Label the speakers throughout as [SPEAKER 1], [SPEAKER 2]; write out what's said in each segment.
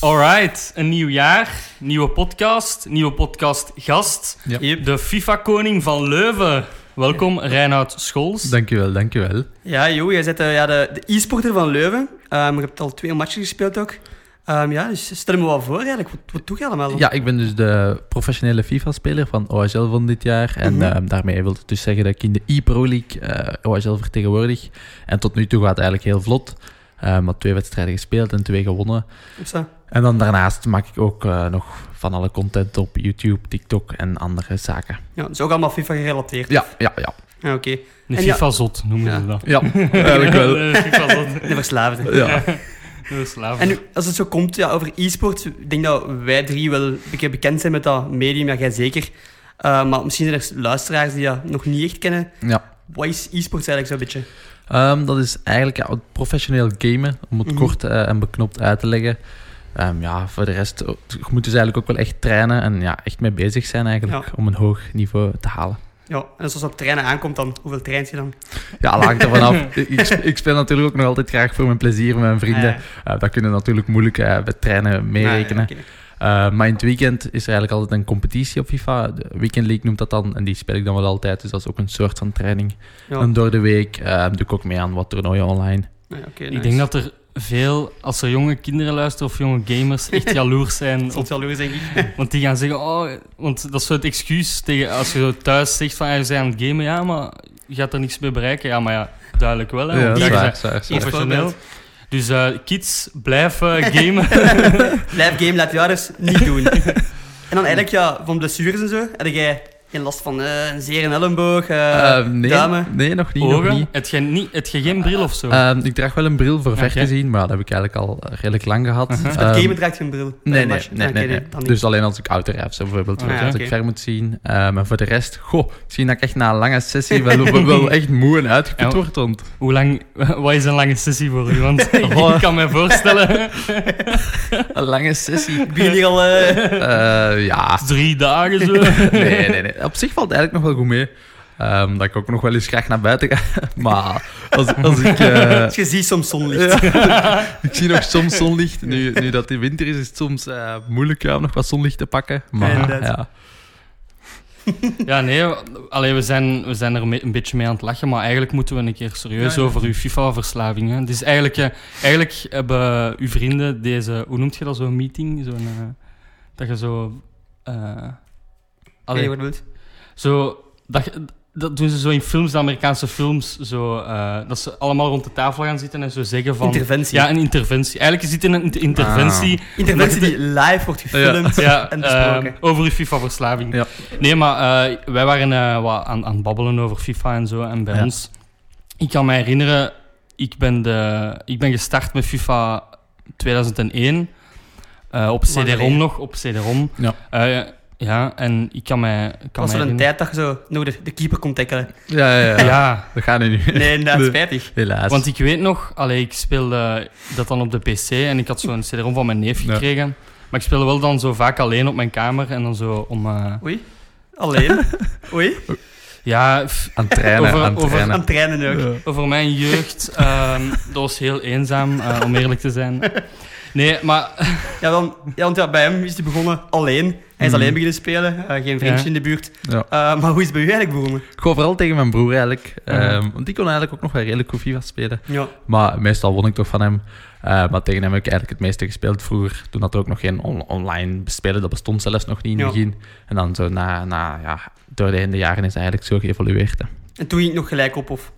[SPEAKER 1] Alright, een nieuw jaar, nieuwe podcast, nieuwe podcastgast.
[SPEAKER 2] Ja.
[SPEAKER 1] Yep. De FIFA-koning van Leuven. Welkom, Reinoud Scholz.
[SPEAKER 2] Dankjewel, dankjewel.
[SPEAKER 3] Ja, joh, jij bent eh, ja, de, de e-sporter van Leuven. Ehm, je hebt al twee matchen gespeeld ook. Ehm, ja, dus stel me wel voor eigenlijk. Wat, wat doe je allemaal?
[SPEAKER 2] Ja, ik ben dus de professionele FIFA-speler van OSL van dit jaar. En
[SPEAKER 3] Mhm.
[SPEAKER 2] ehm, daarmee wil ik dus zeggen dat ik in de E-Pro League eh, OSL vertegenwoordig. En tot nu toe gaat het eigenlijk heel vlot. Ehm had twee wedstrijden gespeeld en twee gewonnen.
[SPEAKER 3] Opsa.
[SPEAKER 2] En dan daarnaast maak ik ook eh, nog van alle content op YouTube, TikTok en andere zaken.
[SPEAKER 3] Ja, dat is ook allemaal FIFA gerelateerd.
[SPEAKER 2] Ja, ja, ja.
[SPEAKER 3] Ja, oké.
[SPEAKER 1] De
[SPEAKER 3] En ja-
[SPEAKER 1] FIFA-zot noemen
[SPEAKER 3] Ja.
[SPEAKER 1] ze dat.
[SPEAKER 2] Ja, eigenlijk wel.
[SPEAKER 1] De FIFA-zot.
[SPEAKER 3] De verslaafde.
[SPEAKER 2] Ja.
[SPEAKER 1] De slaaf.
[SPEAKER 3] En nu, als het zo komt ja, over e-sports, ik denk dat wij drie wel een beetje bekend zijn met dat medium, ja, jij zeker. Eh, maar misschien zijn er luisteraars die dat nog niet echt kennen.
[SPEAKER 2] ja.
[SPEAKER 3] Wat is e-sports eigenlijk zo'n beetje?
[SPEAKER 2] Ehm, dat is eigenlijk ja, het professioneel gamen, om het
[SPEAKER 3] Mhm.
[SPEAKER 2] kort eh, en beknopt uit te leggen. Ehm, ja, voor de rest, oh, je moet dus eigenlijk ook wel echt trainen en ja, echt mee bezig zijn eigenlijk
[SPEAKER 3] Ja.
[SPEAKER 2] om een hoog niveau te halen.
[SPEAKER 3] Ja, en als het op trainen aankomt, dan hoeveel traint je dan?
[SPEAKER 2] Ja, dat hangt er vanaf. ik, ik sp- ik speel natuurlijk ook nog altijd graag voor mijn plezier met mijn vrienden.
[SPEAKER 3] Ah,
[SPEAKER 2] Eh, dat kunnen natuurlijk moeilijk eh, bij trainen meerekenen.
[SPEAKER 3] Ah, ja, oké.
[SPEAKER 2] Eh, maar in het weekend is er eigenlijk altijd een competitie op FIFA. De Weekend League noemt dat dan. En die speel ik dan wel altijd. Dus dat is ook een soort van training.
[SPEAKER 3] Ja.
[SPEAKER 2] En door de week eh, doe ik ook mee aan wat toernooien online.
[SPEAKER 3] Ah, ja, oké,
[SPEAKER 1] Ik
[SPEAKER 3] nice.
[SPEAKER 1] denk dat er veel, als er jonge kinderen luisteren of jonge gamers, echt jaloers
[SPEAKER 3] Dat
[SPEAKER 1] zijn.
[SPEAKER 3] zal
[SPEAKER 1] Op,
[SPEAKER 3] het wel doen, denk ik.
[SPEAKER 1] want die gaan zeggen, oh, want dat is zo het excuus tegen als je zo thuis zegt van, ah, je bent aan het gamen, ja, maar je gaat er niks mee bereiken. Ja, maar ja, duidelijk wel. Hè,
[SPEAKER 2] Ja,
[SPEAKER 1] want
[SPEAKER 2] dat is
[SPEAKER 1] jij
[SPEAKER 2] waar,
[SPEAKER 1] bent
[SPEAKER 2] zwaar, zwaar.
[SPEAKER 1] professioneel. Dus eh, kids, blijf eh, gamen.
[SPEAKER 3] Live game laat jou dus niet doen. en dan eigenlijk, ja, van blessures en zo, had jij geen last van eh, een zeer elleboog, eh
[SPEAKER 2] Eh, nee,
[SPEAKER 3] duimen?
[SPEAKER 2] nee, nog niet. Nog
[SPEAKER 1] Ogen?
[SPEAKER 2] niet.
[SPEAKER 1] Heb je, niet, heb je geen bril of zo?
[SPEAKER 2] Ehm, ik draag wel een bril voor vechten
[SPEAKER 1] Oké.
[SPEAKER 2] zien, maar dat heb ik eigenlijk al eh, redelijk lang gehad. Ehm,
[SPEAKER 3] Het gamen draagt geen bril. bij
[SPEAKER 2] nee,
[SPEAKER 3] een
[SPEAKER 2] nee,
[SPEAKER 3] match.
[SPEAKER 2] nee,
[SPEAKER 3] Ah,
[SPEAKER 2] nee,
[SPEAKER 3] oké,
[SPEAKER 2] nee.
[SPEAKER 3] dan niet.
[SPEAKER 2] Dus alleen als ik autorijf, zo bijvoorbeeld,
[SPEAKER 1] Ah,
[SPEAKER 2] als
[SPEAKER 3] ja,
[SPEAKER 2] ik
[SPEAKER 3] oké.
[SPEAKER 2] ver moet zien. Ehm maar voor de rest, goh, misschien dat ik echt na een lange sessie wel, wel, wel echt moe en uitgeput
[SPEAKER 1] Ja.
[SPEAKER 2] word. Want
[SPEAKER 1] Hoe lang, wat is een lange sessie voor u? Want ik kan me voorstellen,
[SPEAKER 2] een lange sessie,
[SPEAKER 3] Ik begin hier al... eh,
[SPEAKER 2] Eh, ja.
[SPEAKER 1] drie dagen zo.
[SPEAKER 2] Nee, nee, nee. Op zich valt het eigenlijk nog wel goed mee. Ehm, dat ik ook nog wel eens graag naar buiten ga. Maar als, als ik... eh,
[SPEAKER 3] als je ziet soms zonlicht.
[SPEAKER 2] Ik zie nog soms zonlicht. Nu, nu dat het winter is, is het soms eh, moeilijk ja, om nog wat zonlicht te pakken.
[SPEAKER 3] Ja,
[SPEAKER 2] Maar,
[SPEAKER 3] inderdaad.
[SPEAKER 2] ja.
[SPEAKER 1] Ja, nee, allee, we, zijn, we zijn er me- een beetje mee aan het lachen, maar eigenlijk moeten we een keer serieus
[SPEAKER 2] Ja, ja.
[SPEAKER 1] over uw FIFA-verslaving. hè. Dus eigenlijk, eh, eigenlijk hebben uw vrienden deze, hoe noemt je dat, zo'n meeting? Zo'n, eh, dat je zo... eh,
[SPEAKER 3] Allee,
[SPEAKER 1] allee,
[SPEAKER 3] wat bedoelt?
[SPEAKER 1] Zo, dat, je- dat doen ze zo in films, de Amerikaanse films, zo, eh, dat ze allemaal rond de tafel gaan zitten en zo zeggen van...
[SPEAKER 3] Interventie.
[SPEAKER 1] ja, een interventie. Eigenlijk is dit een inter- interventie
[SPEAKER 3] Interventie die live wordt gefilmd.
[SPEAKER 1] ja,
[SPEAKER 3] en besproken.
[SPEAKER 1] eh, over uw FIFA-verslaving.
[SPEAKER 2] Ja.
[SPEAKER 1] Nee, maar eh, wij waren eh, wat aan, aan het babbelen over FIFA en zo. En bij
[SPEAKER 2] Ja.
[SPEAKER 1] ons, ik kan me herinneren, ik ben, de, ik ben gestart met FIFA 2001. eh, op
[SPEAKER 3] Lang
[SPEAKER 1] CD-ROM
[SPEAKER 3] geleden.
[SPEAKER 1] nog, op CD-ROM.
[SPEAKER 2] Ja.
[SPEAKER 1] Eh, ja, en ik kan mij. Kan
[SPEAKER 3] Dat was
[SPEAKER 1] mij
[SPEAKER 3] wel een
[SPEAKER 1] herinneren-
[SPEAKER 3] tijd dat je zo nog de, de keeper kon tackelen.
[SPEAKER 2] Ja, ja, ja.
[SPEAKER 1] Ja,
[SPEAKER 2] Dat gaat nu niet.
[SPEAKER 3] Nee, inderdaad,
[SPEAKER 2] Nee.
[SPEAKER 3] spijtig.
[SPEAKER 2] Helaas.
[SPEAKER 1] Want ik weet nog, allee, ik speelde dat dan op de PC en ik had zo'n CD-ROM van mijn neef
[SPEAKER 2] Ja.
[SPEAKER 1] gekregen. Maar ik speelde wel dan zo vaak alleen op mijn kamer en dan zo om. eh,
[SPEAKER 3] Oei. Alleen. Oei.
[SPEAKER 1] ja, f-
[SPEAKER 2] aan het trainen,
[SPEAKER 1] Over-
[SPEAKER 2] aan het
[SPEAKER 1] over-
[SPEAKER 2] trainen.
[SPEAKER 3] Aan het trainen ook.
[SPEAKER 1] over mijn jeugd, ehm, dat was heel eenzaam, eh, om eerlijk te zijn. Nee, maar
[SPEAKER 3] Ja, dan, ja, want ja, bij hem is hij begonnen alleen. Hij is
[SPEAKER 2] Mhm.
[SPEAKER 3] alleen beginnen spelen, eh, geen vriendje
[SPEAKER 1] Ja.
[SPEAKER 3] in de buurt.
[SPEAKER 2] Ja.
[SPEAKER 3] Eh, maar hoe is het bij u eigenlijk begonnen?
[SPEAKER 2] Ik gooi vooral tegen mijn broer eigenlijk.
[SPEAKER 1] Mhm.
[SPEAKER 2] Ehm, want die kon eigenlijk ook nog wel redelijk goed FIFA spelen.
[SPEAKER 3] Ja.
[SPEAKER 2] Maar meestal won ik toch van hem. Eh, maar tegen hem heb ik eigenlijk het meeste gespeeld vroeger. Toen had er ook nog geen on- online spelen. Dat bestond zelfs nog niet in het
[SPEAKER 3] Ja.
[SPEAKER 2] begin. En dan zo na, na ja, door de heen de jaren is het eigenlijk zo geëvolueerd. hè.
[SPEAKER 3] En toen ging het nog gelijk op, of?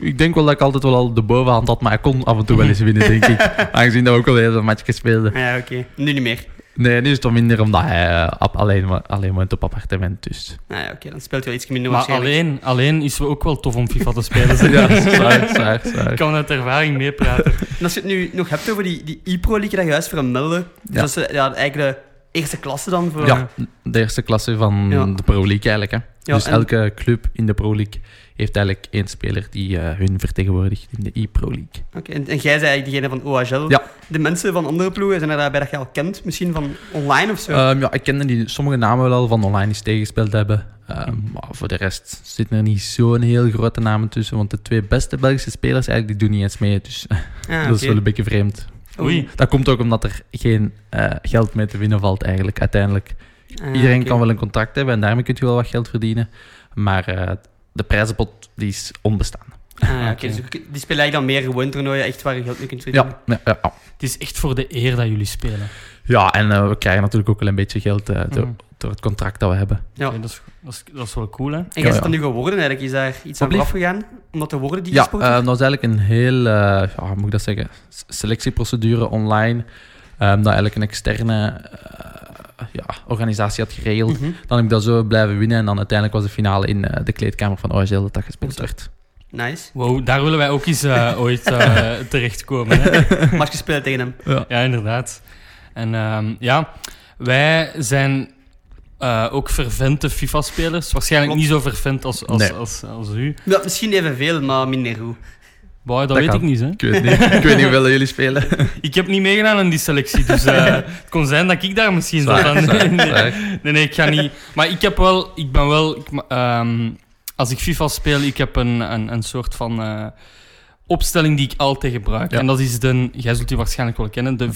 [SPEAKER 2] Ik denk wel dat ik altijd wel al de bovenhand had, maar ik kon af en toe wel eens winnen, denk ik. Aangezien dat we ook al heel veel matchjes speelden.
[SPEAKER 3] Ah Ja, oké. Nu niet meer.
[SPEAKER 2] Nee, nu is het wel minder omdat hij eh, op- alleen, wa- alleen woont op appartement. Dus.
[SPEAKER 3] Ah ja, oké. Dan speelt hij wel iets minder
[SPEAKER 1] maar
[SPEAKER 3] waarschijnlijk.
[SPEAKER 1] alleen, alleen is wel ook wel tof om FIFA te spelen. zeg.
[SPEAKER 2] Ja, zwaar, zwaar,
[SPEAKER 1] Ik
[SPEAKER 2] zwaar.
[SPEAKER 1] kan uit ervaring meepraten.
[SPEAKER 3] En als je het nu nog hebt over die, die e-pro league dat je juist vermeldde. Dus
[SPEAKER 2] Ja.
[SPEAKER 3] dat is eh, ja, eigenlijk de eerste klasse dan voor...
[SPEAKER 2] Ja, de eerste klasse van
[SPEAKER 3] Ja.
[SPEAKER 2] de Pro League eigenlijk. Hè.
[SPEAKER 3] Ja,
[SPEAKER 2] dus
[SPEAKER 3] en-
[SPEAKER 2] elke club in de Pro League heeft eigenlijk één speler die eh, hun vertegenwoordigt in de E-Pro League.
[SPEAKER 3] Oké, En, en jij bent eigenlijk degene van OHL.
[SPEAKER 2] Ja.
[SPEAKER 3] De mensen van andere ploegen, zijn er daarbij dat je al kent? Misschien van online of zo?
[SPEAKER 2] Ehm, ja, ik kende die, sommige namen wel al van online eens tegengespeeld hebben. Ehm,
[SPEAKER 3] Mhm.
[SPEAKER 2] Maar voor de rest zitten er niet zo'n heel grote namen tussen. Want de twee beste Belgische spelers eigenlijk, die doen niet eens mee. Dus
[SPEAKER 3] ah,
[SPEAKER 2] dat is
[SPEAKER 3] oké.
[SPEAKER 2] wel een beetje vreemd.
[SPEAKER 1] Oei.
[SPEAKER 2] Dat komt ook omdat er geen eh, geld mee te winnen valt eigenlijk uiteindelijk.
[SPEAKER 3] Ah,
[SPEAKER 2] Iedereen
[SPEAKER 3] oké.
[SPEAKER 2] kan wel een contract hebben en daarmee kun je wel wat geld verdienen. Maar eh, de prijzenpot die is onbestaan.
[SPEAKER 3] Ah, ja, oké,
[SPEAKER 1] Oké.
[SPEAKER 3] dus ook- die spelen eigenlijk dan meer gewoon toernooien, echt waar je geld mee kunt verdienen.
[SPEAKER 2] Ja, ja, ja.
[SPEAKER 1] Het is echt voor de eer dat jullie spelen.
[SPEAKER 2] ja en eh, we krijgen natuurlijk ook wel een beetje geld eh, door,
[SPEAKER 3] Mhm.
[SPEAKER 1] Mm.
[SPEAKER 2] door het contract dat we hebben.
[SPEAKER 3] Ja.
[SPEAKER 1] Oké, dat, is, dat, is, dat is wel cool, hè?
[SPEAKER 3] En jij is
[SPEAKER 2] Ja,
[SPEAKER 3] het dan nu geworden eigenlijk? Is daar iets aan
[SPEAKER 2] Wat
[SPEAKER 3] vooraf gegaan? Omdat de woorden die
[SPEAKER 2] ja,
[SPEAKER 3] gesport
[SPEAKER 2] eh, dat was eigenlijk een heel, eh, ja, hoe moet ik dat zeggen, S- selectieprocedure online. ehm, dat eigenlijk een externe eh, ja, organisatie had geregeld.
[SPEAKER 3] Mhm.
[SPEAKER 2] Dan heb ik dat zo blijven winnen. En dan uiteindelijk was de finale in eh, de kleedkamer van OHL dat dat gespeeld werd.
[SPEAKER 3] Nice.
[SPEAKER 1] Wow, daar willen wij ook eens eh, ooit eh, terechtkomen. Hè?
[SPEAKER 3] Maar je speelt tegen hem.
[SPEAKER 1] Ja, inderdaad. En ehm, ja, wij zijn eh, ook vervente FIFA-spelers. Waarschijnlijk
[SPEAKER 3] Klopt.
[SPEAKER 1] niet zo vervent als, als,
[SPEAKER 2] Nee.
[SPEAKER 1] als, als u.
[SPEAKER 3] Ja, misschien even veel, maar minder goed.
[SPEAKER 1] Wow, dat,
[SPEAKER 2] Dat
[SPEAKER 1] weet
[SPEAKER 2] kan.
[SPEAKER 1] ik niet, hè?
[SPEAKER 2] Ik weet niet, ik weet niet hoeveel jullie spelen.
[SPEAKER 1] Ik heb niet meegedaan aan die selectie, dus eh, het kon zijn dat ik daar misschien zat.
[SPEAKER 2] Zwaar,
[SPEAKER 1] aan-
[SPEAKER 2] zwaar,
[SPEAKER 1] nee,
[SPEAKER 2] zwaar.
[SPEAKER 1] nee, nee, ik ga niet. Maar ik heb wel, ik ben wel, ik ma- ehm, als ik FIFA speel, ik heb een, een, een soort van eh, opstelling die ik altijd gebruik.
[SPEAKER 2] Ja.
[SPEAKER 1] En dat is de, jij zult die waarschijnlijk wel kennen, de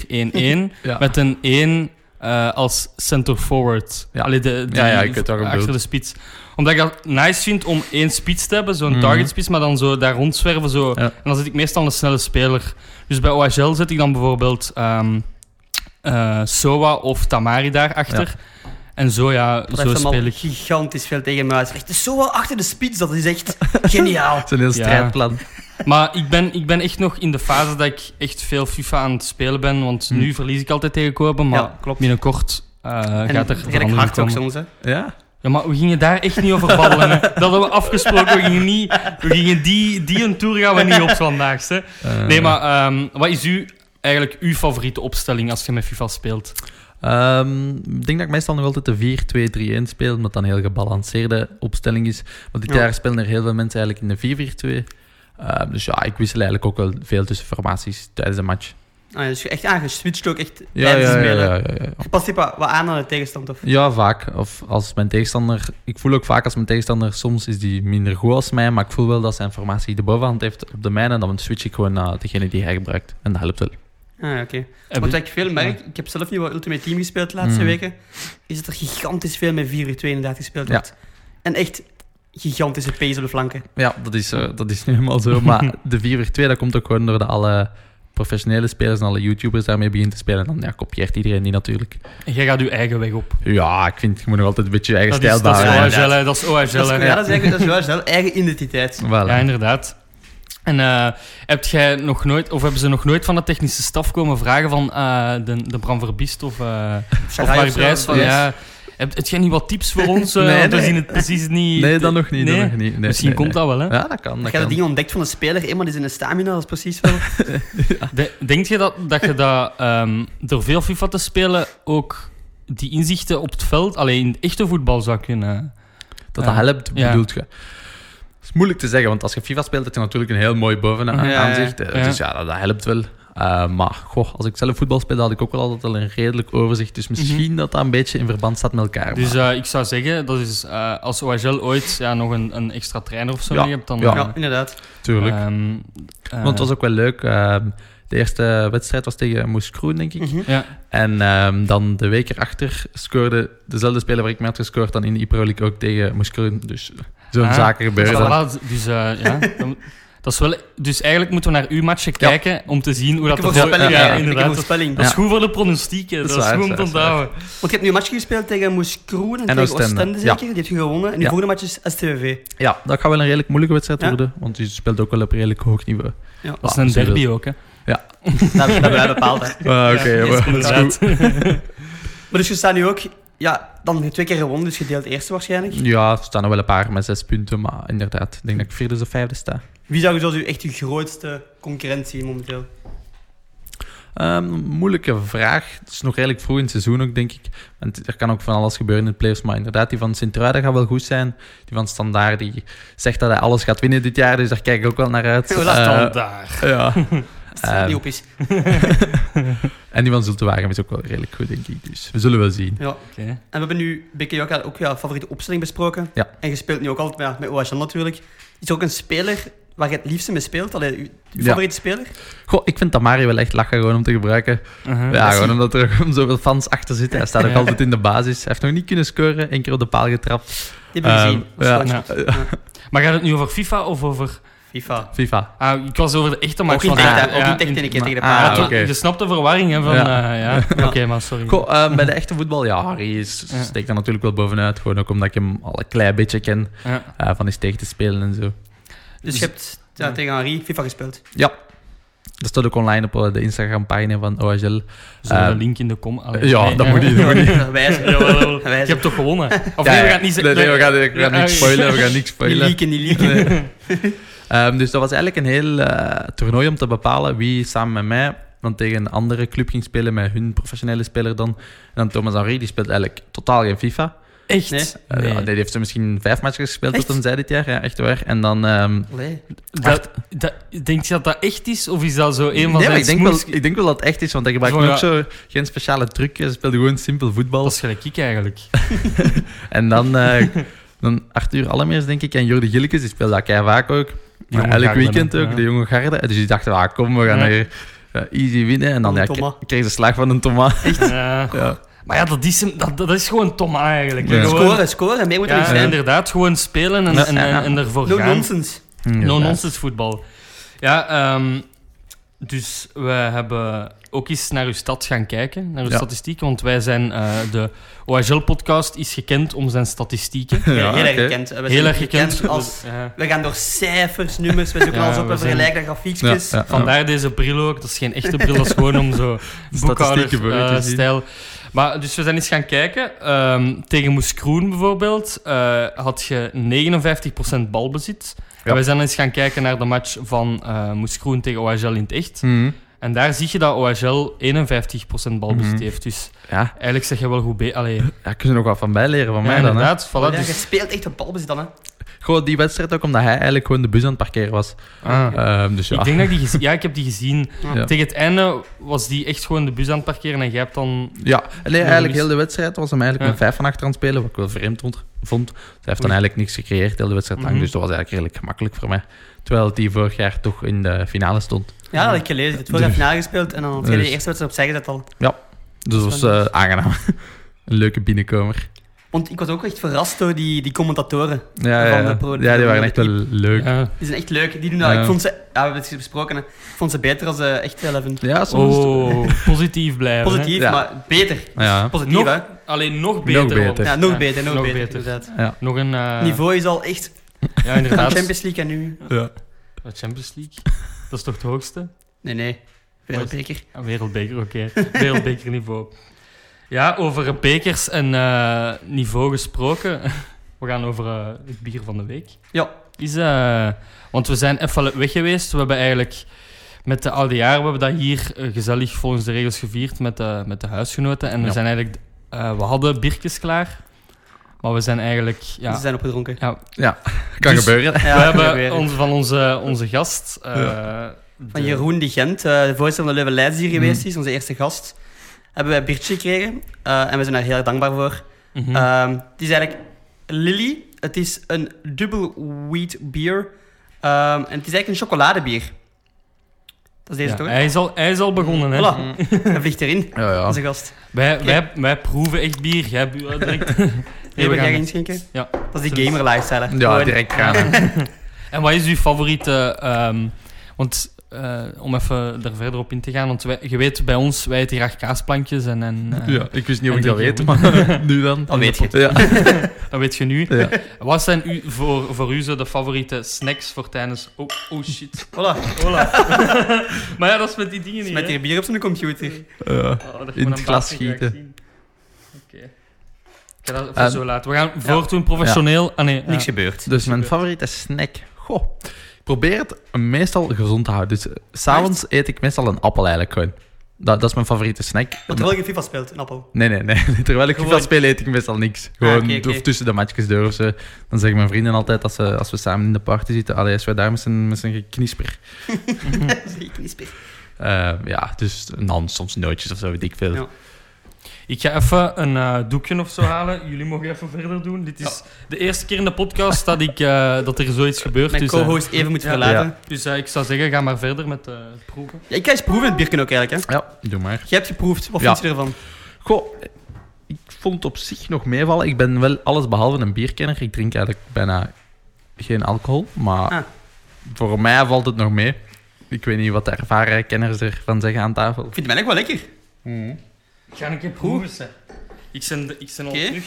[SPEAKER 1] 4-4-1-1.
[SPEAKER 2] Ja.
[SPEAKER 1] Met een 1 eh, als center forward.
[SPEAKER 2] Ja.
[SPEAKER 1] Allee, de, die
[SPEAKER 2] Ja, ja, ik weet wat je
[SPEAKER 1] achter
[SPEAKER 2] bedoelt.
[SPEAKER 1] de spits. Omdat ik dat nice vind om één spits te hebben, zo'n
[SPEAKER 2] Mhm.
[SPEAKER 1] target spits, maar dan zo daar rondzwerven. Zo.
[SPEAKER 2] Ja.
[SPEAKER 1] En dan zit ik meestal een snelle speler. Dus bij OHL zet ik dan bijvoorbeeld ehm, eh, Sowa of Tamari daarachter. En zo, ja,
[SPEAKER 3] Dat
[SPEAKER 1] zo
[SPEAKER 3] heeft hem
[SPEAKER 1] speel
[SPEAKER 3] al
[SPEAKER 1] ik.
[SPEAKER 3] gigantisch veel tegen mij. Het is echt zo wel achter de spits, dat is echt geniaal.
[SPEAKER 2] Het is een heel
[SPEAKER 1] Ja.
[SPEAKER 2] strijdplan.
[SPEAKER 1] Maar ik ben, ik ben echt nog in de fase dat ik echt veel FIFA aan het spelen ben. Want
[SPEAKER 2] Hm.
[SPEAKER 1] nu verlies ik altijd tegen Kopen, maar
[SPEAKER 3] ja, klopt.
[SPEAKER 1] binnenkort eh,
[SPEAKER 3] En
[SPEAKER 1] gaat er
[SPEAKER 3] redelijk
[SPEAKER 1] verandering
[SPEAKER 3] hard ook
[SPEAKER 1] komen.
[SPEAKER 3] soms, hè.
[SPEAKER 2] Ja?
[SPEAKER 1] Ja, maar we gingen daar echt niet over babbelen. hè. Dat hadden we afgesproken. We gingen, niet, we gingen die, die een tour gaan we niet op vandaag. Hè.
[SPEAKER 2] Eh,
[SPEAKER 1] Nee, maar ehm, wat is uw, eigenlijk uw favoriete opstelling als je met FIFA speelt?
[SPEAKER 2] ehm, ik denk dat ik meestal nog altijd de 4-2-3-1 speel, omdat dat een heel gebalanceerde opstelling is. Want dit
[SPEAKER 3] Ja.
[SPEAKER 2] jaar spelen er heel veel mensen eigenlijk in de 4-4-2. Ehm, dus ja, ik wissel eigenlijk ook wel veel tussen formaties tijdens de match.
[SPEAKER 3] Ah, ja, dus je echt aangeswitcht ook echt
[SPEAKER 2] Ja,
[SPEAKER 3] tijdens
[SPEAKER 2] ja,
[SPEAKER 3] het
[SPEAKER 2] ja,
[SPEAKER 3] spelen.
[SPEAKER 2] ja, ja, ja.
[SPEAKER 3] Je past die pa- wat aan aan de tegenstand, of?
[SPEAKER 2] Ja, vaak. Of als mijn tegenstander... Ik voel ook vaak als mijn tegenstander... Soms is die minder goed als mij, maar ik voel wel dat zijn formatie de bovenhand heeft op de mijne. Dan switch ik gewoon naar degene die hij gebruikt. En dat helpt wel.
[SPEAKER 3] Ah, ja, oké.
[SPEAKER 1] Heb
[SPEAKER 3] Want
[SPEAKER 1] je-
[SPEAKER 3] wat ik veel merk, ik heb zelf nu wat Ultimate Team gespeeld de laatste
[SPEAKER 2] Mm.
[SPEAKER 3] weken, is dat er gigantisch veel met 4-2 inderdaad gespeeld
[SPEAKER 2] Ja.
[SPEAKER 3] wordt. En echt gigantische pace op de flanken.
[SPEAKER 2] Ja, dat is, eh, dat is nu helemaal zo. Maar de 4-4-2, dat komt ook gewoon doordat alle professionele spelers en alle YouTubers daarmee beginnen te spelen. Dan ja, kopieert iedereen die natuurlijk.
[SPEAKER 1] Jij gaat uw eigen weg op.
[SPEAKER 2] Ja, ik vind, je moet nog altijd een beetje je eigen
[SPEAKER 1] Dat is,
[SPEAKER 2] stijl
[SPEAKER 1] dat is
[SPEAKER 2] bouwen.
[SPEAKER 1] OHL, hè. dat is
[SPEAKER 3] Dat
[SPEAKER 1] OHL.
[SPEAKER 3] is,
[SPEAKER 1] hè.
[SPEAKER 3] ja, dat is eigenlijk dat is wel zelf eigen identiteit.
[SPEAKER 2] Voilà.
[SPEAKER 1] Ja, inderdaad. En eh hebt jij nog nooit, of hebben ze nog nooit van de technische staf komen vragen van eh, de, de Bram Verbiest of, eh of
[SPEAKER 3] Shagai
[SPEAKER 1] Mark
[SPEAKER 3] of zo.
[SPEAKER 1] Brijs? Van,
[SPEAKER 2] Yes.
[SPEAKER 1] ja, heb, heb jij niet wat tips voor ons? eh,
[SPEAKER 2] Nee,
[SPEAKER 1] want we
[SPEAKER 2] nee.
[SPEAKER 1] zien het precies niet.
[SPEAKER 2] Nee, dan nog niet. dan nog niet. Nee,
[SPEAKER 1] Misschien
[SPEAKER 2] nee,
[SPEAKER 1] komt
[SPEAKER 2] nee.
[SPEAKER 1] dat wel, hè?
[SPEAKER 2] Ja, dat kan.
[SPEAKER 3] Dat
[SPEAKER 2] Dat
[SPEAKER 3] je dat
[SPEAKER 2] kan.
[SPEAKER 3] ding ontdekt van een speler, eenmaal is in een stamina, dat is precies wel.
[SPEAKER 1] De- denk je dat, dat je dat, ehm, door veel FIFA te spelen ook die inzichten op het veld, alleen in het echte voetbal zou kunnen?
[SPEAKER 2] Dat dat
[SPEAKER 1] Ja.
[SPEAKER 2] helpt,
[SPEAKER 1] Ja.
[SPEAKER 2] bedoelt je? Dat is moeilijk te zeggen, want als je FIFA speelt, heb je natuurlijk een heel mooi
[SPEAKER 3] Ja, ja.
[SPEAKER 2] bovenaanzicht.
[SPEAKER 1] Ja.
[SPEAKER 2] Dus ja, dat, dat helpt wel. Eh, maar goh, als ik zelf voetbal speelde, had ik ook wel altijd al een redelijk overzicht. Dus misschien dat dat een beetje in verband staat met elkaar.
[SPEAKER 1] Mhm. Dus
[SPEAKER 2] maar-
[SPEAKER 1] eh, ik zou zeggen, dat is, eh, als OHL ooit ja, nog een, een extra trainer of zo
[SPEAKER 2] Ja,
[SPEAKER 1] mee hebt, dan...
[SPEAKER 2] ja.
[SPEAKER 1] eh,
[SPEAKER 3] Ja, inderdaad.
[SPEAKER 2] tuurlijk.
[SPEAKER 1] ehm, eh,
[SPEAKER 2] Want het was ook wel leuk. ehm, de eerste wedstrijd was tegen Moes Kroen, denk ik.
[SPEAKER 3] Mhm.
[SPEAKER 1] ja.
[SPEAKER 2] En ehm, dan de week erachter scoorde dezelfde speler waar ik mee had gescoord dan in de Ipro League ook tegen Moes Kroen. Dus zo'n
[SPEAKER 1] Ah,
[SPEAKER 2] zaken
[SPEAKER 1] Dus,
[SPEAKER 2] gebeuren. dan.
[SPEAKER 1] voilà, dus, eh, ja, dan- dat is wel, dus eigenlijk moeten we naar uw matchen kijken om te zien hoe dat
[SPEAKER 3] Ik heb een
[SPEAKER 1] ervoor-
[SPEAKER 3] voorspelling.
[SPEAKER 2] ja,
[SPEAKER 3] Ja, ik heb een
[SPEAKER 1] inderdaad. Dat,
[SPEAKER 3] voorspelling.
[SPEAKER 1] dat is goed voor de pronostieken. Dat,
[SPEAKER 2] Dat is
[SPEAKER 1] is
[SPEAKER 2] waar,
[SPEAKER 1] goed om
[SPEAKER 2] dat
[SPEAKER 1] te
[SPEAKER 2] is waar.
[SPEAKER 1] onthouden.
[SPEAKER 3] Want je hebt nu een match gespeeld tegen Moes Kroen en, tegen
[SPEAKER 2] Oostende,
[SPEAKER 3] Oostende
[SPEAKER 2] ja.
[SPEAKER 3] zeker? Die heb je gewonnen. En die
[SPEAKER 2] Ja.
[SPEAKER 3] volgende match is STVV.
[SPEAKER 2] Ja, dat gaat wel een redelijk moeilijke wedstrijd
[SPEAKER 3] Ja.
[SPEAKER 2] worden, want je speelt ook wel op redelijk hoog niveau.
[SPEAKER 3] Ja.
[SPEAKER 1] Dat is
[SPEAKER 2] Ah,
[SPEAKER 1] een
[SPEAKER 2] zo
[SPEAKER 1] derby ook, hè.
[SPEAKER 3] Dat dat hebben wij bepaald. Hè.
[SPEAKER 2] Ah, Oké,
[SPEAKER 3] Ja,
[SPEAKER 2] maar
[SPEAKER 3] is
[SPEAKER 2] dat
[SPEAKER 1] Inderdaad.
[SPEAKER 2] is goed.
[SPEAKER 3] Maar dus je staat nu ook, ja, dan twee keer gewonnen, dus je deelt eerste waarschijnlijk.
[SPEAKER 2] Ja, er staan er wel een paar met zes punten, maar inderdaad, ik denk dat ik vierde of vijfde sta.
[SPEAKER 3] Wie zou je zo als echt je grootste concurrent zien momenteel?
[SPEAKER 2] Ehm, moeilijke vraag. Het is nog redelijk vroeg in het seizoen ook, denk ik. Want er kan ook van alles gebeuren in de playoffs. Maar inderdaad, die van Sint-Truiden gaat wel goed zijn. Die van Standaard, die zegt dat hij alles gaat winnen dit jaar. Dus daar kijk ik ook wel naar uit.
[SPEAKER 3] Oh, dat
[SPEAKER 2] Eh,
[SPEAKER 1] Standaard.
[SPEAKER 2] ja.
[SPEAKER 3] Als het
[SPEAKER 2] Ehm.
[SPEAKER 3] niet op is.
[SPEAKER 2] En die van Zultewagen is ook wel redelijk goed, denk ik. Dus we zullen wel zien.
[SPEAKER 3] Ja.
[SPEAKER 1] Oké.
[SPEAKER 3] En we hebben nu, Bikke, ook, ook jouw favoriete opstelling besproken.
[SPEAKER 2] Ja.
[SPEAKER 3] En je speelt nu ook altijd met, met OHL natuurlijk. Is er ook een speler waar je het liefste mee speelt? Allee, je
[SPEAKER 2] Ja.
[SPEAKER 3] favoriete speler?
[SPEAKER 2] Goh, ik vind Tamari wel echt lachen gewoon om te gebruiken.
[SPEAKER 1] Uh-huh.
[SPEAKER 2] Ja,
[SPEAKER 3] is-
[SPEAKER 2] gewoon omdat er gewoon zoveel fans achter zitten. Hij staat ook
[SPEAKER 1] Ja.
[SPEAKER 2] altijd in de basis. Hij heeft nog niet kunnen scoren, één keer op de paal getrapt.
[SPEAKER 3] Die heb ik
[SPEAKER 2] Ehm,
[SPEAKER 3] gezien. Dat is
[SPEAKER 2] ja.
[SPEAKER 3] wel
[SPEAKER 1] Ja.
[SPEAKER 3] goed. Ja.
[SPEAKER 1] Maar gaat het nu over FIFA of over...
[SPEAKER 3] FIFA.
[SPEAKER 2] FIFA.
[SPEAKER 1] Ah, ik was over de echte
[SPEAKER 3] Ook
[SPEAKER 1] match.
[SPEAKER 3] niet
[SPEAKER 1] van
[SPEAKER 3] echt,
[SPEAKER 1] ja,
[SPEAKER 3] hè. ook
[SPEAKER 1] ja,
[SPEAKER 3] niet echt
[SPEAKER 1] in-
[SPEAKER 3] in een keer tegen de
[SPEAKER 2] Ah,
[SPEAKER 1] Ja,
[SPEAKER 3] paal.
[SPEAKER 1] het was-
[SPEAKER 2] oké.
[SPEAKER 1] Je snapt de verwarring hè, van...
[SPEAKER 2] Ja.
[SPEAKER 1] Ja. ja. Oké,
[SPEAKER 3] Ja.
[SPEAKER 1] maar sorry.
[SPEAKER 2] Goh, ehm, bij de echte voetbal, ja, Harry is,
[SPEAKER 1] Ja.
[SPEAKER 2] steekt er natuurlijk wel bovenuit. Gewoon ook omdat ik hem al een klein beetje ken
[SPEAKER 1] Ja.
[SPEAKER 2] eh, van eens tegen te spelen en zo.
[SPEAKER 3] Dus je hebt ja,
[SPEAKER 1] Ja.
[SPEAKER 3] tegen Henri FIFA gespeeld.
[SPEAKER 2] Dat staat ook online op eh, de Instagram-pagina van OHL.
[SPEAKER 1] Zullen we
[SPEAKER 2] Eh,
[SPEAKER 1] de link in de kom... Allee,
[SPEAKER 2] ja,
[SPEAKER 1] nee,
[SPEAKER 2] dat
[SPEAKER 1] hè?
[SPEAKER 2] moet niet, dat moet niet.
[SPEAKER 3] Wijzer.
[SPEAKER 1] Jawel,
[SPEAKER 3] Wijzer.
[SPEAKER 1] Ik heb toch gewonnen? Of nee, we
[SPEAKER 2] Ja, ja.
[SPEAKER 1] gaan het niet
[SPEAKER 2] Nee,
[SPEAKER 1] zeggen.
[SPEAKER 2] nee, we gaan, we gaan
[SPEAKER 1] Ja,
[SPEAKER 2] niks
[SPEAKER 1] ja.
[SPEAKER 2] spoilen. We gaan niks
[SPEAKER 3] Die
[SPEAKER 2] spoilen.
[SPEAKER 3] leaken, die leaken.
[SPEAKER 2] Ehm, dus dat was eigenlijk een heel eh, toernooi om te bepalen wie samen met mij dan tegen een andere club ging spelen met hun professionele speler dan. En dan Thomas Henry, die speelt eigenlijk totaal geen FIFA.
[SPEAKER 1] Echt?
[SPEAKER 3] Nee.
[SPEAKER 2] Eh, ja, die heeft er misschien vijf matches gespeeld tot
[SPEAKER 3] Echt?
[SPEAKER 2] hem zei dit jaar. Ja, echt waar. En dan... ehm,
[SPEAKER 3] Allee.
[SPEAKER 1] Dat, dat, denk je dat dat echt is? Of is dat zo een van
[SPEAKER 2] nee,
[SPEAKER 1] zijn
[SPEAKER 2] maar ik denk, wel,
[SPEAKER 1] smoes-
[SPEAKER 2] ik denk wel dat het echt is, want hij gebruikte
[SPEAKER 1] Zo, ja.
[SPEAKER 2] ook zo geen speciale truc. Hij speelde gewoon simpel voetbal.
[SPEAKER 1] Dat is gelijk ik eigenlijk.
[SPEAKER 2] En dan, eh, dan Arthur Allemeers, denk ik, en Jordi Gillekes, die speelde dat kei vaak ook.
[SPEAKER 1] Die jonge
[SPEAKER 2] Maar elk
[SPEAKER 1] garde,
[SPEAKER 2] weekend
[SPEAKER 1] hè?
[SPEAKER 2] ook,
[SPEAKER 1] Ja.
[SPEAKER 2] de jonge garde. Dus die dachten, ah, kom, we gaan
[SPEAKER 1] Ja.
[SPEAKER 2] hier eh, easy winnen. En dan
[SPEAKER 3] Van
[SPEAKER 2] ja,
[SPEAKER 3] een Thomas.
[SPEAKER 2] k- kreeg ze slag van een Thomas.
[SPEAKER 1] Ja.
[SPEAKER 2] Ja.
[SPEAKER 1] Maar ja, dat is, hem- dat, dat is gewoon Tom A eigenlijk.
[SPEAKER 2] Ja.
[SPEAKER 1] Gewoon-
[SPEAKER 3] Scoren, scoren. Mee moet er
[SPEAKER 1] ja,
[SPEAKER 3] iets zijn.
[SPEAKER 1] inderdaad. Gewoon spelen en,
[SPEAKER 2] Ja.
[SPEAKER 1] en, en, en ervoor
[SPEAKER 3] No
[SPEAKER 1] gaan.
[SPEAKER 3] nonsense.
[SPEAKER 1] No nonsense voetbal. Ja, ehm, dus we hebben ook eens naar uw stad gaan kijken, naar uw
[SPEAKER 2] Ja.
[SPEAKER 1] statistieken. Want wij zijn, eh, de OHL-podcast is gekend om zijn statistieken.
[SPEAKER 2] Ja,
[SPEAKER 3] heel erg
[SPEAKER 2] oké.
[SPEAKER 3] gekend. We zijn
[SPEAKER 1] Heel erg gekend.
[SPEAKER 3] als...
[SPEAKER 1] Dus, ja.
[SPEAKER 3] We gaan door cijfers, nummers, we zoeken
[SPEAKER 1] Ja,
[SPEAKER 3] alles op,
[SPEAKER 1] we
[SPEAKER 3] we
[SPEAKER 1] zijn-
[SPEAKER 3] vergelijken grafiekjes.
[SPEAKER 2] Ja, ja.
[SPEAKER 1] Vandaar deze bril ook. Dat is geen echte bril, dat is gewoon om zo
[SPEAKER 2] Statistieken voor u te zien.
[SPEAKER 1] boekhouder-stijl. maar dus we zijn eens gaan kijken. Ehm, tegen Moes Kroen bijvoorbeeld eh, had je 59% balbezit. En we zijn eens gaan kijken naar de match van eh Moes Kroen tegen OHL in het echt.
[SPEAKER 2] Mhm.
[SPEAKER 1] En daar zie je dat OHL 51% balbezit
[SPEAKER 2] Mhm.
[SPEAKER 1] heeft. Dus
[SPEAKER 2] Ja,
[SPEAKER 1] eigenlijk zeg je wel goed be. Allee, ja,
[SPEAKER 2] daar kunnen ze nog wat van bijleren van mij dan. Hè.
[SPEAKER 1] inderdaad. Voilà,
[SPEAKER 3] Ja, je
[SPEAKER 1] dus,
[SPEAKER 3] speelt echt op balbezit dan, hè?
[SPEAKER 2] Gewoon die wedstrijd ook, omdat hij eigenlijk gewoon de bus aan het parkeren was.
[SPEAKER 1] ah.
[SPEAKER 2] Ehm, dus ja.
[SPEAKER 1] Ik denk dat ik die gezien- Ja, ik heb die gezien.
[SPEAKER 2] Ja.
[SPEAKER 1] Tegen het einde was die echt gewoon de bus aan het parkeren en jij hebt dan...
[SPEAKER 2] Ja, nee, eigenlijk heel de wedstrijd was hem eigenlijk
[SPEAKER 1] Ja.
[SPEAKER 2] met vijf van achter aan het spelen, wat ik wel vreemd vond- vond. Zij heeft dan
[SPEAKER 1] Oei.
[SPEAKER 2] eigenlijk niks gecreëerd heel de wedstrijd lang,
[SPEAKER 1] Mhm.
[SPEAKER 2] dus dat was eigenlijk redelijk gemakkelijk voor mij. Terwijl die vorig jaar toch in de finale stond.
[SPEAKER 3] Ja, dat had ik gelezen. Het wordt even nagespeeld en dan had je
[SPEAKER 2] Dus-
[SPEAKER 3] de eerste wedstrijd opzij gezet al.
[SPEAKER 2] Dus dat was eh, aangenaam. Een leuke binnenkomer.
[SPEAKER 3] Want ik was ook echt verrast door die, die commentatoren.
[SPEAKER 2] Ja,
[SPEAKER 3] Van
[SPEAKER 2] ja,
[SPEAKER 3] de
[SPEAKER 2] ja.
[SPEAKER 3] pro-
[SPEAKER 2] ja die waren echt wel leuk.
[SPEAKER 1] Ja.
[SPEAKER 3] Die zijn echt leuk. Die doen dat.
[SPEAKER 2] Ja.
[SPEAKER 3] Ik vond ze, ja, we hebben het besproken, hè. Ik vond ze beter als eh, echt 11.
[SPEAKER 2] Ja, soms.
[SPEAKER 1] Oh, positief blijven. hè.
[SPEAKER 3] Positief,
[SPEAKER 2] Ja.
[SPEAKER 3] maar beter.
[SPEAKER 2] Ja.
[SPEAKER 3] Positief,
[SPEAKER 1] Nog-
[SPEAKER 3] hè?
[SPEAKER 1] Alleen nog beter.
[SPEAKER 2] Nog beter.
[SPEAKER 1] want-
[SPEAKER 3] Ja, nog
[SPEAKER 1] ja,
[SPEAKER 3] beter, nog,
[SPEAKER 1] nog
[SPEAKER 3] beter,
[SPEAKER 1] beter.
[SPEAKER 3] inderdaad.
[SPEAKER 1] Nog een... eh,
[SPEAKER 3] Niveau is al echt
[SPEAKER 1] Ja, inderdaad.
[SPEAKER 3] Champions League en nu...
[SPEAKER 2] Ja.
[SPEAKER 1] De Champions League. Dat is toch het hoogste?
[SPEAKER 3] Nee, nee. Wereldbeker.
[SPEAKER 1] Ah, Wereldbeker, oké. Wereldbekerniveau. Ja, over bekers en eh, niveau gesproken. We gaan over eh, het bier van de week.
[SPEAKER 3] Ja.
[SPEAKER 1] Is, eh, want we zijn even weg geweest. We hebben eigenlijk met de oude jaren, we hebben dat hier eh, gezellig volgens de regels gevierd met de, met de huisgenoten. En we
[SPEAKER 2] Ja.
[SPEAKER 1] zijn eigenlijk, eh, we hadden biertjes klaar. Maar we zijn eigenlijk, ja,
[SPEAKER 3] Ze zijn opgedronken.
[SPEAKER 1] ja
[SPEAKER 2] Kan
[SPEAKER 1] Dus-
[SPEAKER 2] gebeuren.
[SPEAKER 3] Ja,
[SPEAKER 1] we
[SPEAKER 3] weer.
[SPEAKER 1] hebben ons, van onze, onze gast... eh,
[SPEAKER 3] Van
[SPEAKER 1] de-
[SPEAKER 3] Jeroen de Gent, eh, de voorzitter van de Leuven Leids die hier
[SPEAKER 2] Mhm.
[SPEAKER 3] geweest is, onze eerste gast. Hebben wij een biertje gekregen eh, en we zijn daar heel erg dankbaar voor.
[SPEAKER 1] Mhm.
[SPEAKER 3] Ehm, het is eigenlijk Lily, het is een dubbel wheat bier. Ehm, en het is eigenlijk een chocoladebier. Dat is deze
[SPEAKER 1] Ja, Mhm.
[SPEAKER 3] toch?
[SPEAKER 1] hij, is al, hij is al begonnen, hè?
[SPEAKER 3] Voilà, hij vliegt erin,
[SPEAKER 2] Ja, ja.
[SPEAKER 3] onze gast.
[SPEAKER 1] Wij,
[SPEAKER 3] Oké.
[SPEAKER 1] wij, wij proeven echt bier. Jij bu- eh, drinkt. Nee,
[SPEAKER 3] Nee,
[SPEAKER 1] we
[SPEAKER 3] wil jij
[SPEAKER 1] gaan-
[SPEAKER 3] inschenken?
[SPEAKER 1] Ja.
[SPEAKER 3] Dat is die gamer lifestyle. hè.
[SPEAKER 2] Ja,
[SPEAKER 3] Gewoon-
[SPEAKER 2] direct gaan. hè.
[SPEAKER 1] En wat is uw favoriete... ehm, want eh, om even er verder op in te gaan. Want wij- je weet, bij ons, wij eten graag kaasplankjes. En, en eh,
[SPEAKER 2] Ja, ik wist niet of
[SPEAKER 1] En
[SPEAKER 2] ik dat
[SPEAKER 1] drie
[SPEAKER 2] weet,
[SPEAKER 1] keer
[SPEAKER 2] maar nu dan.
[SPEAKER 3] Dat weet je.
[SPEAKER 2] Ja.
[SPEAKER 1] dat weet je nu.
[SPEAKER 2] Ja.
[SPEAKER 1] Wat zijn u, voor, voor u zo de favoriete snacks voor tijdens... Oh, oh shit.
[SPEAKER 3] Voilà,
[SPEAKER 1] Hola. maar ja, dat is met die dingen
[SPEAKER 3] is
[SPEAKER 1] niet,
[SPEAKER 3] met
[SPEAKER 1] hè.
[SPEAKER 3] hier bier op zijn computer.
[SPEAKER 2] Ja.
[SPEAKER 1] Oh, dat gaan we
[SPEAKER 2] In het
[SPEAKER 1] dan pas
[SPEAKER 2] glas
[SPEAKER 1] graag
[SPEAKER 2] schieten.
[SPEAKER 1] zien. Oké. Ik ga dat even
[SPEAKER 2] Ehm,
[SPEAKER 1] zo laten. We gaan voortdoen professioneel. Ah nee,
[SPEAKER 3] Niks
[SPEAKER 1] ja.
[SPEAKER 3] gebeurd.
[SPEAKER 2] Dus mijn favoriete snack. Goh. Ik probeer het meestal gezond te houden. Dus eh, s'avonds eet ik meestal een appel eigenlijk gewoon. Dat, dat is mijn favoriete snack.
[SPEAKER 3] Wat terwijl je FIFA speelt, een appel.
[SPEAKER 2] Nee, nee, nee. Terwijl ik
[SPEAKER 3] Gewoon.
[SPEAKER 2] FIFA speel, eet ik meestal niks. Gewoon
[SPEAKER 3] oké, oké.
[SPEAKER 2] of tussen de matchjes door of zo. Dan zeggen mijn vrienden altijd, als, ze, als we samen in de party zitten, allee, is wij daar met zijn, met zijn geknisper.
[SPEAKER 1] Mhm.
[SPEAKER 3] Zie ik niet spelen.
[SPEAKER 2] Eh, ja, dus en dan soms nootjes of zo, weet ik veel.
[SPEAKER 3] Ja.
[SPEAKER 1] Ik ga even een eh, doekje of zo halen. Jullie mogen even verder doen. Dit is de eerste keer in de podcast dat, ik, eh, dat er zoiets gebeurt.
[SPEAKER 3] Mijn
[SPEAKER 1] dus eh,
[SPEAKER 3] co-host even moet
[SPEAKER 1] ja.
[SPEAKER 3] verlaten.
[SPEAKER 2] Ja.
[SPEAKER 1] dus eh, ik zou zeggen, ga maar verder met eh, het proeven.
[SPEAKER 3] Ja, ik ga eens proeven het bierken ook eigenlijk. Hè.
[SPEAKER 2] Ja, doe maar.
[SPEAKER 3] Je hebt geproefd, wat
[SPEAKER 2] Ja.
[SPEAKER 3] vind je ervan?
[SPEAKER 2] Goh, ik vond het op zich nog meevallen. Ik ben wel alles behalve een bierkenner. Ik drink eigenlijk bijna geen alcohol. Maar
[SPEAKER 3] Ah.
[SPEAKER 2] voor mij valt het nog mee. Ik weet niet wat de ervaren kenners ervan zeggen aan tafel.
[SPEAKER 3] Ik vind het eigenlijk wel lekker.
[SPEAKER 1] Ik ga een keer proeven. zeg. Ik ben, de- ik ben al
[SPEAKER 3] Oké.
[SPEAKER 1] terug.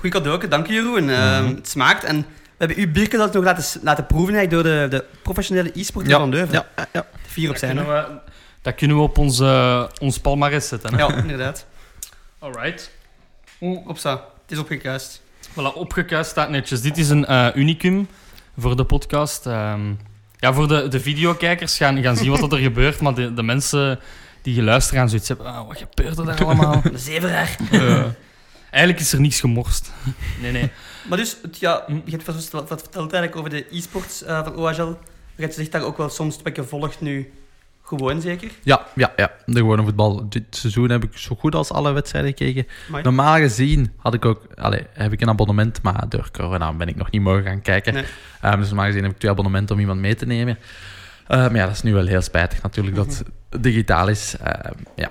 [SPEAKER 3] Goed cadeau, dank je Jeroen. Ehm,
[SPEAKER 1] Mhm.
[SPEAKER 3] Het smaakt en we hebben uw bierken dat nog laten, s- laten proeven eigenlijk door de, de professionele e-sporter van Leuven.
[SPEAKER 2] ja, ja, ja.
[SPEAKER 3] Vier op
[SPEAKER 1] Dat
[SPEAKER 3] zijn.
[SPEAKER 1] kunnen,
[SPEAKER 3] hè.
[SPEAKER 1] we, dat kunnen we op ons, eh, ons palmarès zetten. Hè?
[SPEAKER 3] Ja, inderdaad.
[SPEAKER 1] Alright.
[SPEAKER 3] Oeh, opsta. Het is opgekuist.
[SPEAKER 1] Voilà, opgekuist staat netjes. Dit is een eh, unicum voor de podcast. Ehm, ja, voor de, de videokijkers gaan, gaan zien wat dat er gebeurt, maar de, de mensen die geluisterd gaan zoiets hebben, "Ah, wat gebeurt er daar allemaal?
[SPEAKER 3] Dat is even raar.
[SPEAKER 1] Eigenlijk is er niets gemorst. Nee, nee.
[SPEAKER 3] Maar dus, het, ja,
[SPEAKER 1] Hm.
[SPEAKER 3] je hebt vast wat, wat verteld eigenlijk over de e-sports eh, van OHL. Je hebt zich daar ook wel soms een beetje volgt nu. Gewoon zeker?
[SPEAKER 2] Ja, ja, ja. De gewone voetbal. Dit seizoen heb ik zo goed als alle wedstrijden gekeken.
[SPEAKER 3] Amai.
[SPEAKER 2] Normaal gezien had ik ook, allee, heb ik een abonnement, maar door corona ben ik nog niet mogen gaan kijken.
[SPEAKER 3] Nee.
[SPEAKER 2] Ehm, dus normaal gezien heb ik twee abonnementen om iemand mee te nemen. Eh, maar ja, dat is nu wel heel spijtig natuurlijk dat het digitaal is. Ehm, ja,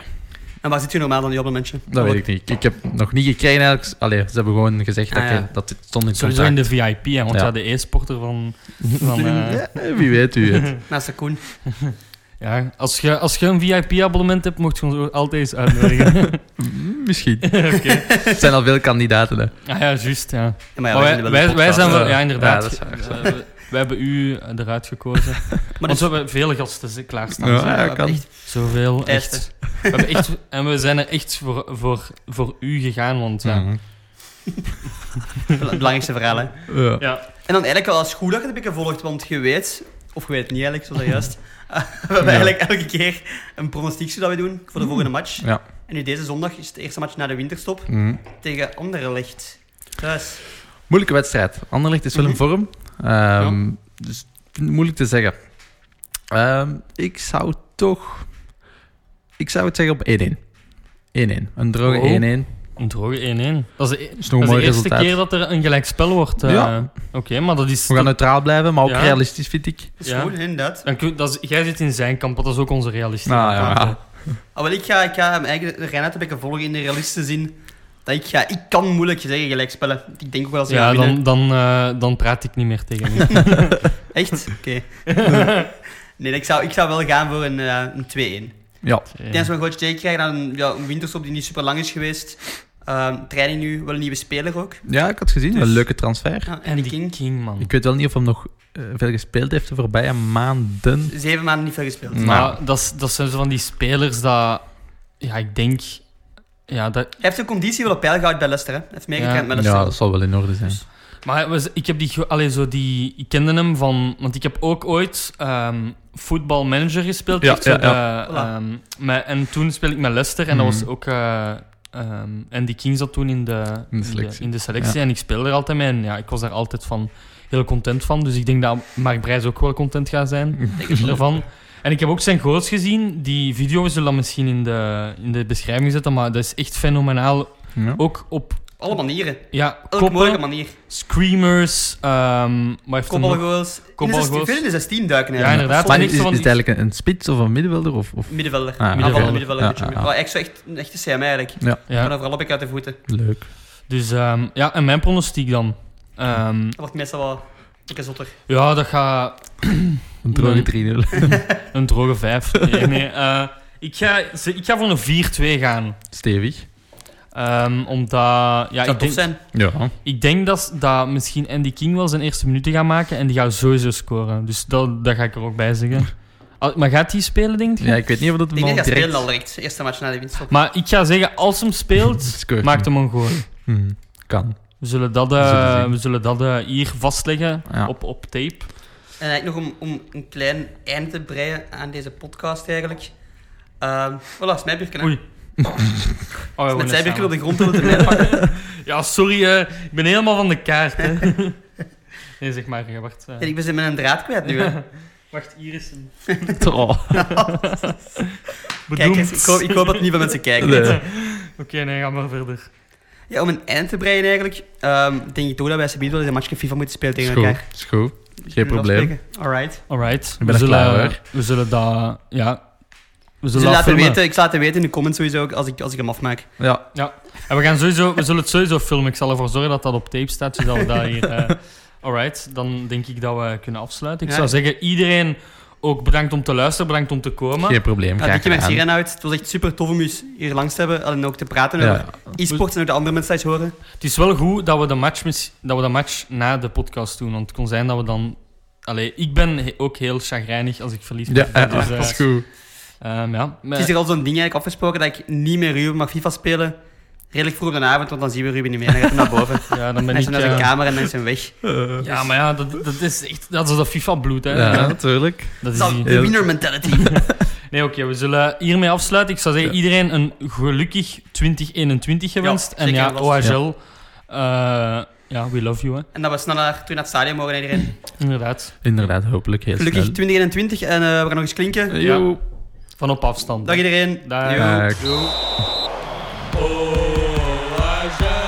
[SPEAKER 3] En waar zit je normaal dan die abonnementje?
[SPEAKER 2] dat weet ik niet. Ik heb nog niet gekregen eigenlijk. Allee, ze hebben gewoon gezegd dat,
[SPEAKER 3] Ah, ja.
[SPEAKER 2] je, dat dit stond in het
[SPEAKER 1] Sowieso in
[SPEAKER 2] contract.
[SPEAKER 1] de VIP, hè, want
[SPEAKER 2] Ja.
[SPEAKER 1] ja. de e-sporter van... van eh,
[SPEAKER 2] Ja, wie weet u het.
[SPEAKER 3] Naast de Koen.
[SPEAKER 1] ja, als je als je een VIP-abonnement hebt, mocht je ons ook altijd eens uitnodigen.
[SPEAKER 2] Mm, Misschien.
[SPEAKER 1] Oké.
[SPEAKER 2] Er zijn al veel kandidaten. Hè.
[SPEAKER 1] Ah ja, juist, ja.
[SPEAKER 3] Ja, maar ja,
[SPEAKER 1] Maar
[SPEAKER 3] wij,
[SPEAKER 1] wij,
[SPEAKER 3] zijn wel
[SPEAKER 1] wij, wij zijn wel...
[SPEAKER 3] een podcast.
[SPEAKER 2] eh, Ja,
[SPEAKER 1] Ja, inderdaad.
[SPEAKER 2] dat is waar, dat
[SPEAKER 1] Eh,
[SPEAKER 2] is
[SPEAKER 1] we, we hebben u eruit gekozen.
[SPEAKER 3] Maar
[SPEAKER 1] Maar Want
[SPEAKER 3] dus,
[SPEAKER 1] we hebben vele gasten z- klaarstaan.
[SPEAKER 2] Ja.
[SPEAKER 1] zo.
[SPEAKER 3] we
[SPEAKER 2] kan.
[SPEAKER 3] hebben echt
[SPEAKER 1] Zoveel.
[SPEAKER 3] tijd,
[SPEAKER 1] Echt. We hebben echt. En we zijn er echt voor, voor, voor u gegaan, want ja.
[SPEAKER 2] Mhm.
[SPEAKER 3] hè. Het belangrijkste verhaal, hè.
[SPEAKER 2] Ja.
[SPEAKER 1] ja.
[SPEAKER 3] En dan eigenlijk wel als goed dat je het een beetje volgt, want je weet, of je weet niet eigenlijk, zoals juist, eh, we hebben eigenlijk elke keer een pronostiekje dat we doen voor de volgende match.
[SPEAKER 2] Ja.
[SPEAKER 3] En nu deze zondag is de eerste match na de winterstop
[SPEAKER 2] Mhm.
[SPEAKER 3] tegen Anderlecht. Thuis.
[SPEAKER 2] Moeilijke wedstrijd. Anderlecht is wel
[SPEAKER 1] Mhm.
[SPEAKER 2] in vorm. Ehm, Dus ik vind het moeilijk te zeggen. Ehm, ik zou toch... Ik zou het zeggen op 1-1. 1-1. Een droge
[SPEAKER 1] Oh.
[SPEAKER 2] 1-1.
[SPEAKER 1] Een droge 1-1. Dat is de, e- dat
[SPEAKER 2] is nog
[SPEAKER 1] is
[SPEAKER 2] een
[SPEAKER 1] de
[SPEAKER 2] mooi
[SPEAKER 1] eerste
[SPEAKER 2] resultaat.
[SPEAKER 1] keer dat er een gelijkspel wordt. eh.
[SPEAKER 2] Ja.
[SPEAKER 1] Oké, maar dat is.
[SPEAKER 2] We gaan neutraal blijven, maar ook
[SPEAKER 1] Ja.
[SPEAKER 2] realistisch, vind ik.
[SPEAKER 3] Dat is
[SPEAKER 1] Ja.
[SPEAKER 3] goed, inderdaad.
[SPEAKER 1] dan kun- dat is- jij zit in zijn kamp, dat is ook onze realistische
[SPEAKER 2] Nou, ja.
[SPEAKER 1] kamp, hè.
[SPEAKER 3] Ah, wel, ik ga, ik ga mijn eigen Reinhard een beetje volgen in de realistische zin. Dat ik, ga, ik kan moeilijk zeggen gelijk spellen. Ik denk ook wel als ze
[SPEAKER 1] Ja,
[SPEAKER 3] gaan winnen.
[SPEAKER 1] dan, dan, eh, dan praat ik niet meer tegen u.
[SPEAKER 3] Echt? Oké. nee, ik zou, ik zou wel gaan voor een, eh, een 2-1.
[SPEAKER 2] Ja.
[SPEAKER 3] Ik denk dat we een gootje tegen krijgen aan een, ja, een winterstop die niet super lang is geweest. Ehm, training nu, wel een nieuwe speler ook.
[SPEAKER 2] ja, ik had gezien.
[SPEAKER 3] Dus-
[SPEAKER 2] Een leuke transfer.
[SPEAKER 3] Ja,
[SPEAKER 1] En
[SPEAKER 3] Andy
[SPEAKER 1] die King,
[SPEAKER 3] King.
[SPEAKER 1] man.
[SPEAKER 2] Ik weet wel niet of hij nog eh, veel gespeeld heeft de voorbije maanden.
[SPEAKER 3] Zeven maanden niet veel gespeeld.
[SPEAKER 2] Mm.
[SPEAKER 1] Maar
[SPEAKER 2] Nou.
[SPEAKER 1] dat, is- dat zijn zo van die spelers dat. Ja, ik denk. Ja, dat,
[SPEAKER 3] Hij heeft zijn conditie wel op peil gehouden bij Leicester. Hè? Hij heeft meegetraind
[SPEAKER 1] Ja.
[SPEAKER 2] Ja,
[SPEAKER 3] met Leicester.
[SPEAKER 2] dat zal Dus- wel in orde zijn.
[SPEAKER 1] Maar hij was- ik heb die, ge- allee, zo die, ik kende hem van, want ik heb ook ooit ehm voetbalmanager gespeeld.
[SPEAKER 2] Ja,
[SPEAKER 1] echt zo
[SPEAKER 2] ja,
[SPEAKER 1] de,
[SPEAKER 3] Voilà.
[SPEAKER 1] ehm, met- en toen speelde ik met Leicester en dat was
[SPEAKER 2] Mhm.
[SPEAKER 1] ook. eh, ehm, en die King zat toen in de,
[SPEAKER 2] In de selectie.
[SPEAKER 1] in de selectie en ik speelde er altijd mee. En ja, ik was daar altijd van heel content van. Dus ik denk dat Mark Brijs ook wel content gaat zijn
[SPEAKER 2] Mhm.
[SPEAKER 1] ervan. En ik heb ook zijn goals gezien. Die video we zullen dat misschien in de, in de beschrijving zetten, maar dat is echt fenomenaal.
[SPEAKER 2] Ja.
[SPEAKER 1] Ook op
[SPEAKER 3] Op alle manieren.
[SPEAKER 1] ja,
[SPEAKER 3] Elke
[SPEAKER 1] koppen.
[SPEAKER 3] mogelijke manier.
[SPEAKER 1] Screamers, ehm maar heeft hem nog-
[SPEAKER 3] Kopbalgoals. In de
[SPEAKER 1] Kopbalgoals.
[SPEAKER 3] 16 Veel in de 16 duiken.
[SPEAKER 1] Ja,
[SPEAKER 3] eigenlijk.
[SPEAKER 1] inderdaad.
[SPEAKER 2] Maar
[SPEAKER 1] En
[SPEAKER 2] is,
[SPEAKER 1] ik
[SPEAKER 2] is
[SPEAKER 1] zo
[SPEAKER 2] het
[SPEAKER 1] van die-
[SPEAKER 2] eigenlijk een, een spits of een middenvelder? Of, of...
[SPEAKER 3] Middenvelder.
[SPEAKER 2] Ah,
[SPEAKER 3] Aanvallende
[SPEAKER 1] middenvelder.
[SPEAKER 3] middenvelder.
[SPEAKER 2] Ja,
[SPEAKER 3] een beetje
[SPEAKER 2] ja,
[SPEAKER 3] meer.
[SPEAKER 2] ja.
[SPEAKER 3] Wel, Echt zo echt een echte CM eigenlijk. Van
[SPEAKER 1] Ja,
[SPEAKER 3] overal op ik uit de voeten.
[SPEAKER 2] Leuk.
[SPEAKER 1] dus ehm, ja, en mijn pronostiek dan. Ehm,
[SPEAKER 3] Dat wordt meestal wel een zotter.
[SPEAKER 1] ja, dat gaat
[SPEAKER 2] Een droge
[SPEAKER 1] Nee.
[SPEAKER 2] 3-0.
[SPEAKER 1] een droge vijf. Nee, nee, eh, ik, ga, ze- ik ga voor een 4-2 gaan.
[SPEAKER 2] Stevig.
[SPEAKER 1] Ehm, omdat, ja,
[SPEAKER 3] Zou
[SPEAKER 1] ik
[SPEAKER 3] tof
[SPEAKER 1] denk,
[SPEAKER 3] zijn.
[SPEAKER 2] Ja.
[SPEAKER 1] ik denk dat, s- dat misschien Andy King wel zijn eerste minuten gaat maken en die gaat sowieso scoren. Dus dat, dat ga ik er ook bij zeggen. Ah, Maar gaat hij spelen, denk je?
[SPEAKER 2] ja. Ik weet niet of dat de
[SPEAKER 3] Ik
[SPEAKER 2] bal
[SPEAKER 3] denk dat hij
[SPEAKER 2] direct
[SPEAKER 3] spelen al direct. Eerste match na de winststop.
[SPEAKER 1] Maar ik ga zeggen, als hem speelt,
[SPEAKER 2] scoort.
[SPEAKER 1] maakt hem een goal.
[SPEAKER 2] Hmm, Kan.
[SPEAKER 1] We zullen dat, eh,
[SPEAKER 2] We zullen zien.
[SPEAKER 1] we zullen dat eh, hier vastleggen
[SPEAKER 2] Ja.
[SPEAKER 1] op, op tape.
[SPEAKER 3] En eigenlijk nog om, om een klein eind te breien aan deze podcast eigenlijk. Ehm voilà, is mijn bierken, hè.
[SPEAKER 1] Oei. Oh,
[SPEAKER 3] Met zijn bierken op de
[SPEAKER 1] ja,
[SPEAKER 3] grond willen erbij pakken.
[SPEAKER 1] ja, sorry, eh, ik ben helemaal van de kaart. Hè. nee, zeg maar, eh, wacht. eh.
[SPEAKER 3] En ik ben ze met een draad kwijt nu. Hè.
[SPEAKER 1] Wacht, hier is een.
[SPEAKER 2] Oh.
[SPEAKER 3] Kijk,
[SPEAKER 1] Bedoemd.
[SPEAKER 3] eens, ik hoop, ik hoop dat het niet van mensen kijken.
[SPEAKER 2] Nee.
[SPEAKER 1] nee, ga maar verder.
[SPEAKER 3] Ja, om een eind te breien eigenlijk, ehm, denk ik toch dat wij subiet wel eens een matchje FIFA moeten spelen tegen
[SPEAKER 2] Is goed,
[SPEAKER 3] elkaar.
[SPEAKER 2] is goed. Geen probleem.
[SPEAKER 3] Afspreken. Alright.
[SPEAKER 1] Alright.
[SPEAKER 2] ben
[SPEAKER 1] We
[SPEAKER 2] er klaar
[SPEAKER 1] zullen,
[SPEAKER 2] voor.
[SPEAKER 1] we zullen dat... Ja. We
[SPEAKER 3] Dus
[SPEAKER 1] zullen dat
[SPEAKER 3] ik laat het
[SPEAKER 1] filmen.
[SPEAKER 3] weten, ik zal het weten in de comments sowieso ook als ik, als ik hem afmaak.
[SPEAKER 2] Ja,
[SPEAKER 1] En we, gaan sowieso, we zullen het sowieso filmen. Ik zal ervoor zorgen dat dat op tape staat, zodat we dat hier... eh, alright, dan denk ik dat we kunnen afsluiten. Ik
[SPEAKER 3] Ja.
[SPEAKER 1] zou zeggen, iedereen ook bedankt om te luisteren, bedankt om te komen.
[SPEAKER 2] geen probleem.
[SPEAKER 3] Ja,
[SPEAKER 2] Graag
[SPEAKER 3] dikke merci
[SPEAKER 2] gedaan.
[SPEAKER 3] Renhout. Het was echt super tof om u hier langs te hebben en ook te praten over
[SPEAKER 2] Ja.
[SPEAKER 3] e-sports en ook de andere mensen thuis horen.
[SPEAKER 1] Het is wel goed dat we, de match, mis- dat we de match na de podcast doen, want het kon zijn dat we dan... Allee, ik ben he- ook heel chagrijnig als ik verlies.
[SPEAKER 2] Ja, ja,
[SPEAKER 1] Dus, eh,
[SPEAKER 2] dat is goed.
[SPEAKER 1] ehm, ja.
[SPEAKER 3] Het is hier al zo'n ding eigenlijk afgesproken dat ik niet meer Ruben mag FIFA spelen. Redelijk vroeg op de avond, want dan zien we Ruben niet meer. Dan gaat hij naar boven.
[SPEAKER 1] ja, dan ben
[SPEAKER 3] Hij is nou
[SPEAKER 1] ik...
[SPEAKER 3] naar zijn
[SPEAKER 1] eh,
[SPEAKER 3] kamer en dan is hij weg.
[SPEAKER 1] ja, maar ja, dat, dat is echt... Dat is dat FIFA-bloed, hè.
[SPEAKER 2] Ja,
[SPEAKER 1] Ja,
[SPEAKER 2] natuurlijk.
[SPEAKER 1] Dat is
[SPEAKER 3] Dat
[SPEAKER 1] die-
[SPEAKER 3] is
[SPEAKER 2] heel-
[SPEAKER 3] de winner mentality.
[SPEAKER 1] Nee, oké, we zullen hiermee afsluiten. Ik zou zeggen,
[SPEAKER 2] Ja.
[SPEAKER 1] iedereen een gelukkig 2021 gewenst. en
[SPEAKER 3] zeker
[SPEAKER 1] ja,
[SPEAKER 3] en vast.
[SPEAKER 1] OHL, eh, ja, we love you, hè.
[SPEAKER 3] En dat we snel naar, terug naar het stadion mogen, iedereen.
[SPEAKER 1] Inderdaad.
[SPEAKER 2] Inderdaad, hopelijk heel
[SPEAKER 3] Gelukkig
[SPEAKER 2] snel.
[SPEAKER 3] 2021 en eh, we gaan nog eens klinken.
[SPEAKER 2] Eh, joe.
[SPEAKER 1] Van op afstand.
[SPEAKER 3] Dag iedereen.
[SPEAKER 1] Dag.
[SPEAKER 3] Yo.
[SPEAKER 2] Dag.
[SPEAKER 3] Yo.
[SPEAKER 1] OHL.